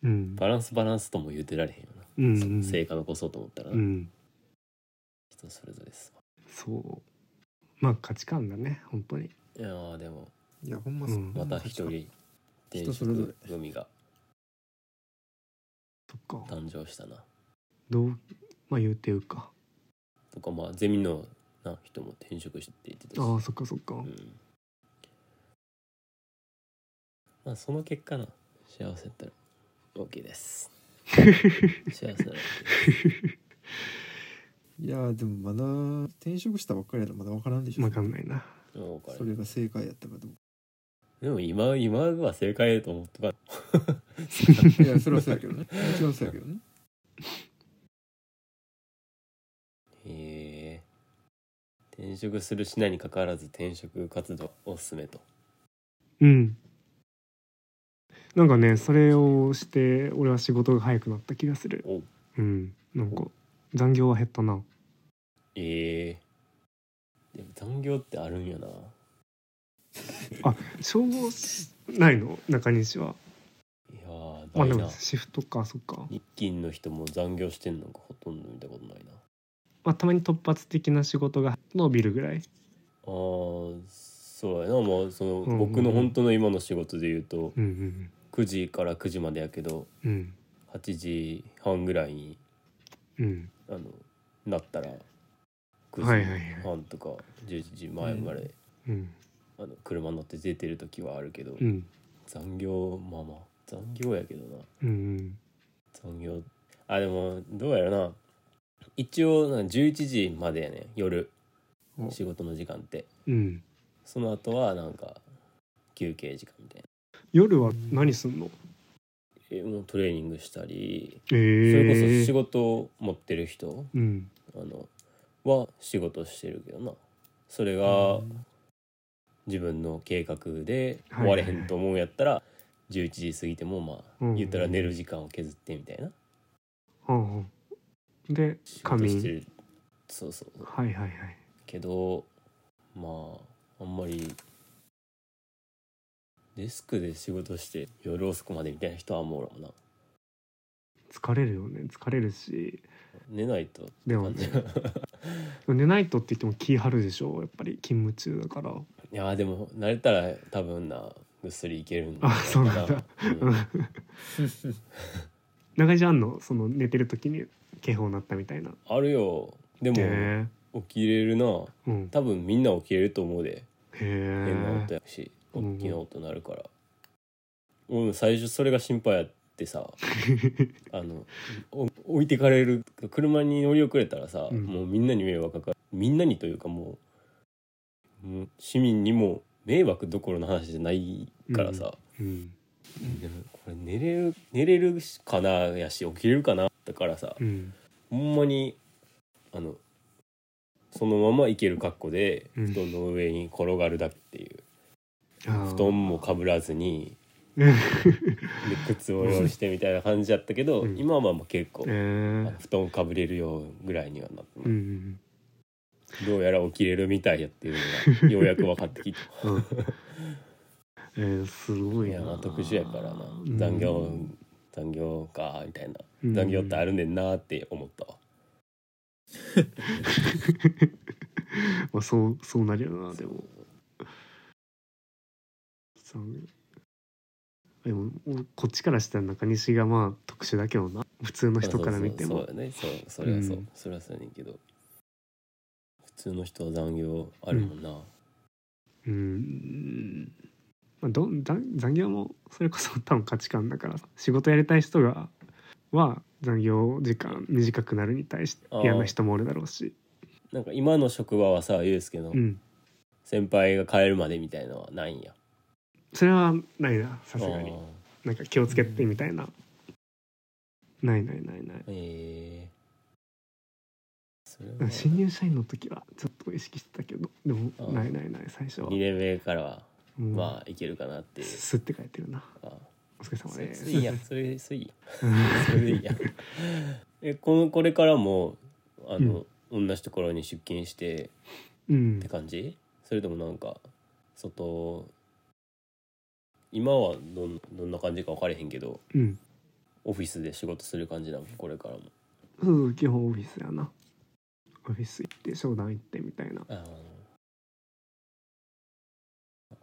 うん
バランスバランスとも言うてられへんよな、
うんうん
成果残そうと思ったら、
うん
人それぞれですわ
そうまあ価値観だね本当に
いやーでも
いやほんま
うん
また一人転
人それぞ
職
れ
組が
そっか
誕生したな
どうまあ言うていうか
とかまあゼミのな人も転職して言ってたし
ああそっかそっか
うんまあその結果な幸せだったら OK です幸せだったら OK
いやーでもまだ転職したばっかりやらまだ分からんでしょ、
わかんないな
も うこれ
それが正解やったかどう
でも今今は正解だと思ってた
かいやそれはそうやけ どねもちろんそうやけどね
へえ転職するしないにかかわらず転職活動おすすめと
うんなんかねそれをして俺は仕事が早くなった気がする
お
うんなんか残業は減ったな
ええでも残業ってあるんやな
消防ないの中西はい
やー
まあ
な
で
い
も
な
シフトかそっか、
日勤の人も残業してんのかほとんど見たことないな
まあ、たまに突発的な仕事が伸びるぐらい
あーそうやなまあその、
うんうん
僕の本当の今の仕事で言うと
うん
9時から9時までやけど
うんうん
8時半ぐらいに
うん
あのなったら
はい
9
はいは
時
い
半とか11時前まで、
うん
あの車乗って出てる時はあるけど、
うん
残業まあまあ残業やけどな
うんうん
残業あでもどうやろな一応な11時までやね夜
お
仕事の時間って
うん
その後はなんか休憩時間みたいな
夜は何すんの
えもうトレーニングしたり
ええ
そ
ー、
れこそ仕事を持ってる人
うん
あのは仕事してるけどなそれ
あ
が自分の計画で
はい
終
はいは
わ
い
れへんと思うんやったら11時過ぎてもま
うんう
あ
ん
言ったら寝る時間を削ってみたいな
はあはあで
仕事
仮
して
眠
るそうそうそう
はいはいはい
けどまああんまりデスクで仕事して夜遅くまでみたいな人はもうおらんな
疲れるよね疲れるし
寝ないと
でもね寝ないとって言っても気張るでしょやっぱり勤務中だから
いやーでも慣れたら多分なぐっすりいけるんだ
あそうなんだ
うん
中西あんのその寝てる時に警報鳴ったみたいな
あるよでも
へ
起きれるな
えうん
多分みんな起きれると思うで
へえ
変な音やし
うんうん
大きな音なるから俺も最初それが心配やってさあのお置いてかれる車に乗り遅れたらさ、
うん
もうみんなに迷惑かかるみんなにというかもうもう市民にも迷惑どころの話じゃないからさ、
うん
でもこれ寝れる寝れるかなやし起きれるかなだからさ
うん
ほんまにあのそのままいける格好で
うん
布団の上に転がるだけっていう、
あー
布団もかぶらずにで靴を用意してみたいな感じだったけど、
うん
今はまあまあ結構、
えー
あの布団かぶれるようぐらいにはなってます、
うん
どうやら起きれるみたいやっていうのがようやく分かっ てきた
うんうんえー、すごい
い
な
やまあ特殊やからな
うん
残業残業かみたいな
うん
残業ってあるねんなって思ったわ
まあそうそうなるよなでも残業でもこっちからしたら中西がまあ特殊だけどな普通の人から見て
そ
も
うそうそうだねそうそれはそう、
うん
それはそうやねんけど普通の人は残業あるもんな、
うん、まあ、どん残残業もそれこそ多分価値観だからさ仕事やりたい人がは残業時間短くなるに対して
あー
嫌な人もおるだろうし
なんか今の職場はさユうスケの
うん
先輩が帰るまでみたいのはないんや
それはないなさす
あ
が
ー
になんか気をつけてみたいな、ないないないない
ええそれは
新入社員の時はちょっと意識してたけどでも
あー
ないないない最初は
2年目からは
うん
まあいけるかなっていう、
スって書いてるな
あ
お疲れ
ー
様
それ
です
それいいやそれそれいいや
うん
それで いいやえこのこれからもあの、同じところに出勤して
うん
って感じそれともなんか外今はどんどんな感じか分かれへんけど
うん
オフィスで仕事する感じなのこれからも
そうそう基本オフィスやなオフィス行って商談行ってみたいな
あの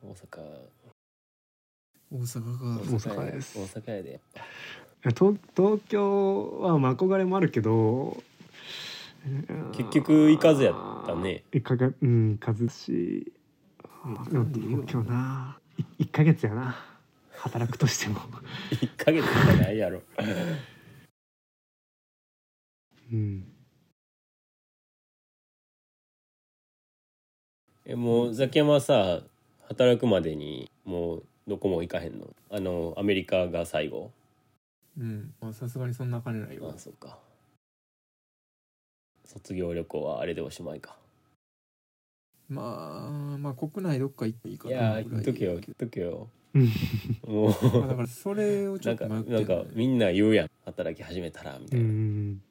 大阪
大阪が
大阪です
大阪やで
東 東京はまあ憧れもあるけど
結局行かずやったね
1か月うん行かずだしあーでも東京ない1か月やな働くとしても
1ヶ月じゃないやろ
うん
えもうザキヤマはさ働くまでにもうどこも行かへんのあのアメリカが最後
うんまあさすがにそんな金ないよ
あそっか卒業旅行はあれでおしまいか
まあまあ国内どっか行っていいか
いや
な
ー
ぐら
言っ
い
とけよ言っとけよ
うん
も
まあだ
う
からそれをち
な
ょ
ん
っ
か
と迷って
なんかみんな言うやん働き始めたらみ
う
たいな、
ん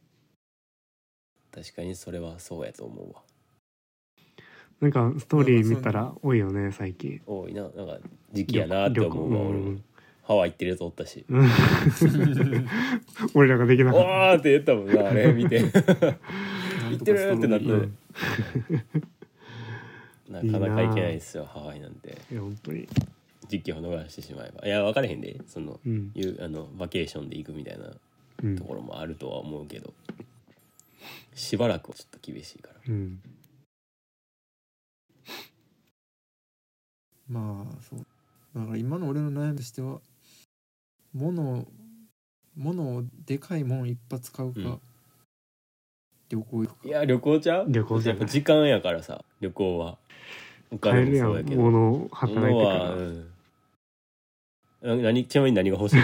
確かにそれはそうやと思うわ
なんかストーリー見たら多いよね最近
多いななんか時期やなって思うわ俺
う
も
ん
ハワイ行ってるやつおったし
うん俺らができ
「
な
お
かった
ー!」って言ったもんなあれ見て
行
行ってるってなった
うん
なかなか行けないですよハワイなんて
いや本当に
時期を逃してしまえばいや分かれへんでその
うん
いうあのバケーションで行くみたいな
うん
ところもあるとは思うけどしばらくはちょっと厳しいから
うん
まあそうだから今の俺の悩みとしては物を物をでかいもん一発買うか、
うん
旅行行くか
いや旅行ちゃう
旅行じゃ
やっ
な
ぱ
い
時間やからさ旅行はお
買え
金
るや
もそうんやけど
物を働い
物
て
は、
か
うん、な何ちなみに何が欲しいの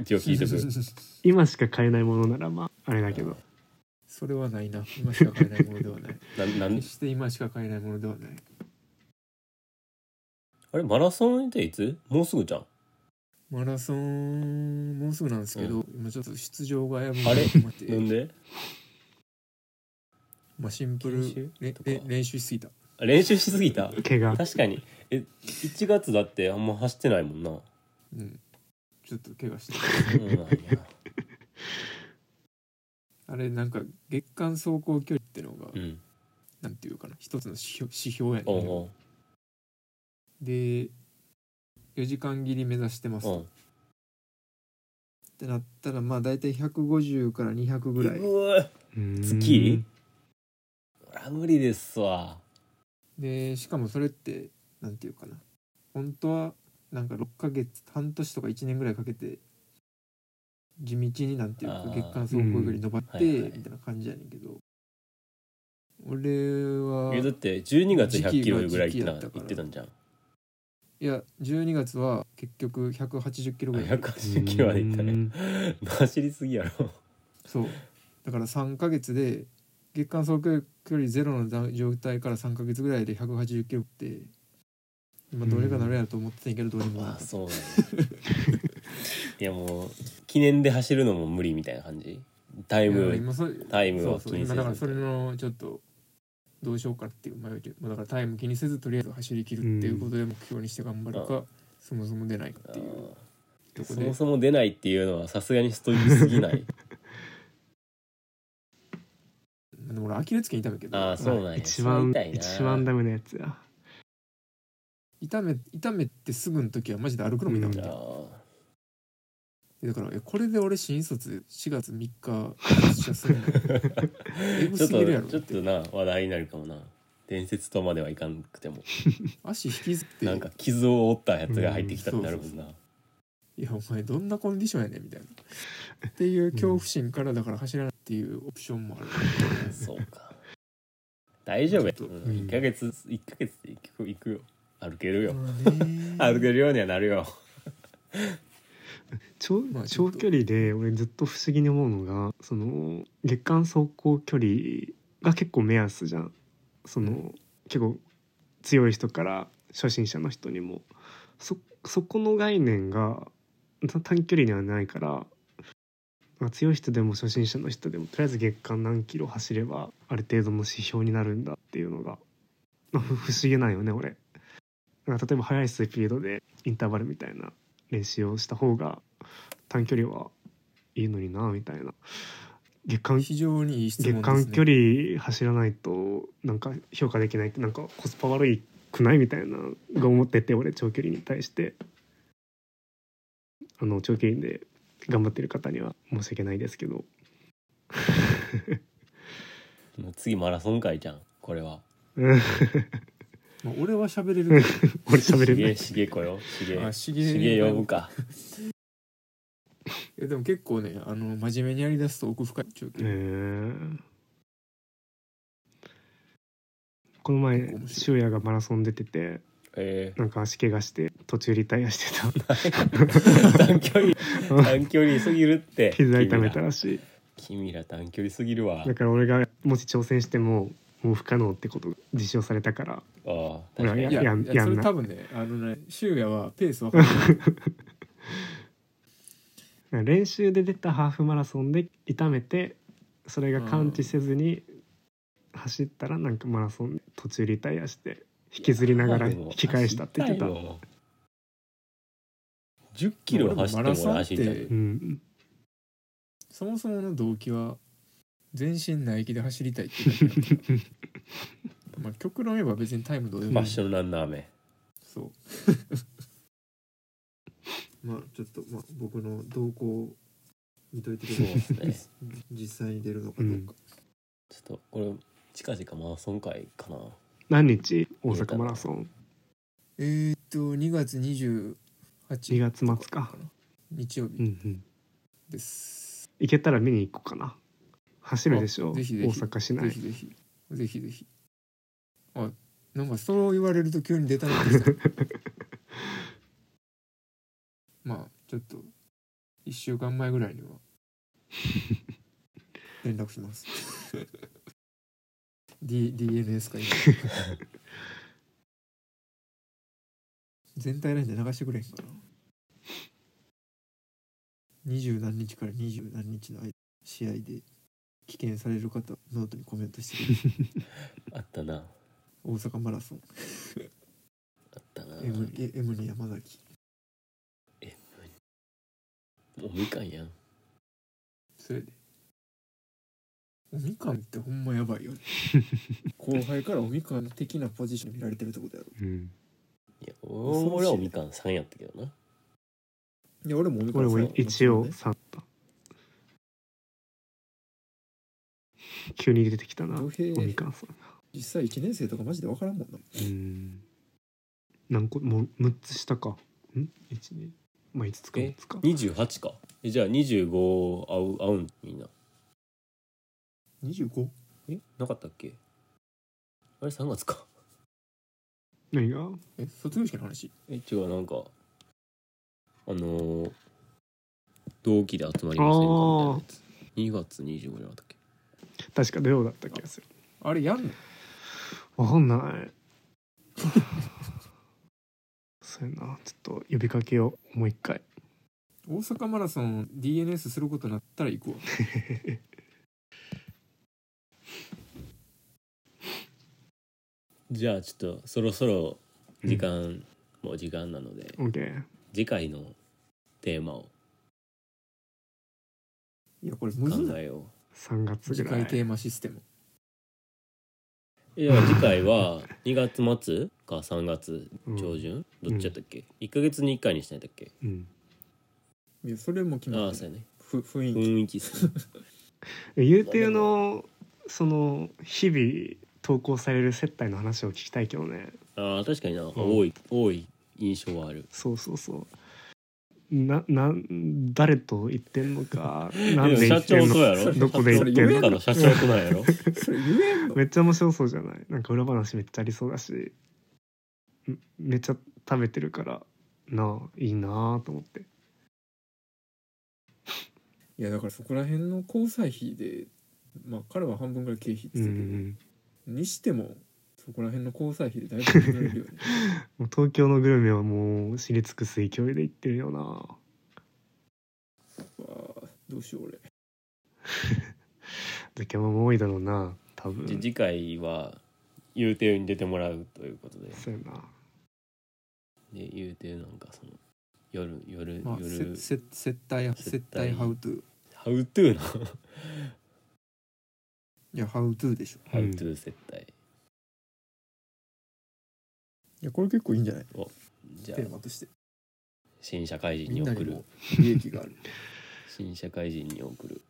一応聞いとく
今しか買えないものならまああれだけど
それはないな今しか買えないものではない
ななん
決して今しか買えないものではない
あれマラソンっていつもうすぐじゃん
マラソンもうすぐなんですけど、
う
今ちょっと出場が危ぶ
あれ
まって
なんで
まあシンプル
研修
れ
とか
れ練習しすぎた
あ練習しすぎた
怪我
確かにえ1月だってあんま走ってないもんな、
うんちょっと怪我してた
そうなんや
あれなんか月間走行距離ってのが、
うん
なんていうかな一つの指標指標や
お
ねん
う
で4時間切り目指してます
お
と
う
っ、てなったらまあ大体150から200
う
ぐらい
ん、うわ
好
月これは無理ですわ
でしかもそれってなんていうかな本当はなんか6ヶ月半年とか1年ぐらいかけて地道になんていう
あ
か
ー
月間走行より伸ばって
うんはいはい
みたいな感じやねんけど俺
えだ
は
って12
時
月
期が
100キロぐらい行っ
時
て
期やった
た
から
行ってたんじゃん
いや12月は結局180キロ
あ
ぐらい
180キロまで行ったね走りすぎやろ
そうだから3ヶ月で月間走行距離ゼロの状態から3ヶ月ぐらいで180キロってまあ、どれがなるやろと思ってたんやけど、どれもなか
ああ
った
そ うだねいやもう記念で走るのも無理みたいな感じタイ
いや
ム
今それ
タイムは
そう
気
そう
に
今
せ
だからそ
ず
れのちょっとどうしようかっていう迷いけどだからタイム気にせずとりあえず走り切るっていうことで目標にして頑張るか、そもそも出ないかっ
あ
ていうとこ
あそ
で
もそも出ないっていうのはさすがにストイックすぎ ない
でも俺アキレス腱痛めけど
ああそうなんや
一番
それ痛いな
一番ダメなやつや
痛め痛めてすぐの時はマジで歩くのも痛め
あ
た、
あ
だからえこれで俺新卒4月3日出社す るのエグ
ちょ
す
っ
ぎるやろ
と
って
ちょっとな話題になるかもな伝説とまではいかんくても
足引きずって
なんか傷を負ったやつが入ってきたってなるもんな、
いやお前どんなコンディションやねんみたいなっていう恐怖心からだから走らないっていうオプションもある、
そうか大丈夫や、
ち
う
ょっと
ん、1ヶ月一ヶ月で行く行くよ歩けるよ
まあね
歩けるようにはなるよ
長
まあちょっ
長
と
距離で俺ずっと不思議に思うのがその月間走行距離が結構目安じゃんその結構強い人から初心者の人にもそそこの概念がた短距離にはないからまあ強い人でも初心者の人でもとりあえず月間何キロ走ればある程度の指標になるんだっていうのが、まあ、ふ不思議なんよね俺。だから例えば速いスピードでインターバルみたいな練習をした方が短距離はいいのになみたいな月間
非常にいい質問です、ね、
月間距離走らないとなんか評価できないってなんかコスパ悪いくないみたいなが思ってて俺長距離に対してあの長距離で頑張ってる方には申し訳ないですけど
もう次マラソン会じゃんこれは
うん
まあ、俺は喋れる
俺喋れ
し
ない
げしげこよし
け
げ
どあし
しげ呼ぶか
いやでも結構ねあの真面目にやりだすと奥深い状
え
況、
ーこの前
結構面白い
修也がマラソン出てて
え
なんか足怪我して途中リタイアしてた
ー、短距離短距離すぎるって
膝痛めたらしい
君ら君ら短距離すぎるわあ
だから俺がもし挑戦してももう不可能ってことが実証されたから
あ確か
いや
いや
に
いや
やんやん
それ
な
多分ねあのね柊也はペース分かん ない
練習で出たハーフマラソンで痛めてそれが完治せずに走ったらなんかマラソン途中リタイアして引きずりながら
でも
引き返したって言ってた
足痛いよ10キロ走
俺もマ
って
ラ
も
ソン
俺
っ
足痛い
て
うん
そもそもの動機は全身内気で走りたいっていうだけだからまあ極論言えば別にタイムどうで
ファ
もい
ッ
い
ションランナーめ
そう まあちょっと、まあ、僕の動向を見といてく
そう ですね
実際に出るのか
うん
ちょっとこれ近々マラソン会かな
何日大阪マラソン
えー、っと2月28
2
日
月末か
日曜
うんう
日
ん
です、
行けたら見に行こうかな走るでしょ
あぜひぜひ
大阪市
ぜ
内
ひぜひぜひぜひあなんかそう言われると急に出たなってきた まあちょっと1週間前ぐらいには 連絡します D DNS か今全体ラインで流してくれへんかな二十何日から二十何日の間試合で棄権される方ノートにコメントしてくれる
あったな
大阪マラソン
あったな
M, M に山崎
もうみかんやん
それでおみかんってほんまやばいよね後輩からおみかん的なポジション見られてるってことやろ
うん
いや俺はおみかん3やったけどない
や俺もおみか
俺
んさ
も一応3だ急に出てきたな
同
お
平
みかんさん
実際1年生とかマジで分からんもんな
うん何個もう6つ下かん一二まあ5つか
え
6つか
28かえじゃあ25合う合うんみんな
25?
えなかったっけあれ3月か
何が
え卒業式の話
え違うなんかあのー、同期で集まり
あ
ませんかみたいな
ー
やつ2月25じゃなかったっけ
確か土曜だった気がする
あれやんの
わかんない そうやなちょっと呼びかけをもう一回
大阪マラソン DNS することになったら行こう
じゃあちょっとそろそろ時間、もう時間なので
OK
次回のテーマを
いやこれむ
考
ずない
えよ
3月
次
ぐらい
回テーマシステム
ういや次回は2月末か3月上旬、
うん
どっちやったっけ、1ヶ月に1回にしないとっけ、
うん、
いやそれも決まっ
ああ
て
そ
な
う
い
やね
ふ雰囲気
雰囲気っすね
ゆうていのその日々投稿される接待の話を聞きたいけどね
ああ確かにな、多い多い印象はある
そうそうそうなな誰と言ってんの かなんで言
でも社
ってん
長と
の
やろ
どこで言ってんの
どっかの社長となん やろ
それ言えんの
めっちゃ面白そうじゃないなんか裏話めっちゃありそうだしんめっちゃ食べてるからなあいいなあと思って
いやだからそこら辺の交際費でまあ彼は半分ぐらい経費って
うんう
言ってたけど
ん
にしてもそこら辺の交際費でだいぶ取れる よね
もう東京のグルメはもう知り尽くす勢いで行ってるよな
わあどうしよう俺
ザキヤマも多いだろうな多分
で次回は言うてに出てもらうということで
そうやな
で言うてなんかその夜夜、
まあ
夜
せせ接待接
接
待
待
ハウトゥー
ハウトゥーの
いやハウトゥーでしょ
ハウトゥー接待、
いやこれ結構いいんじゃない
じゃ
テー
あ
マとして
新社会人
み
に
んな
送
に
る
も利益がある
新社会人に送る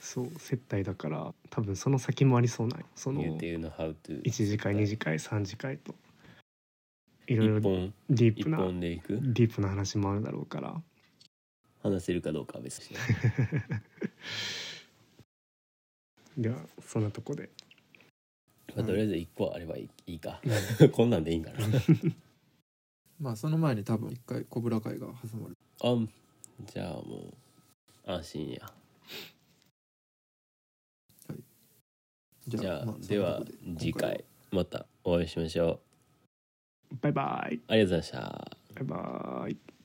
そう接待だから多分その先もありそうないその
言うてのハウトゥー
1次会2次会3次会といろいろ
一本
ディー
一
プな
本でいく
ディープな話もあるだろうから
話せるかどうかは別に
ではそんなとこ で
まあ、とりあえず一個あればいいい いか
うん
こんなんでいいんかな
まあその前に多分一回小倉会が挟まる
あんじゃあもう安心や
じ
じゃあ、
まそん
で
な
は
とこ今
次
回は
回またお会いしましょ
バイバイ
うありがとうございました
バイバイ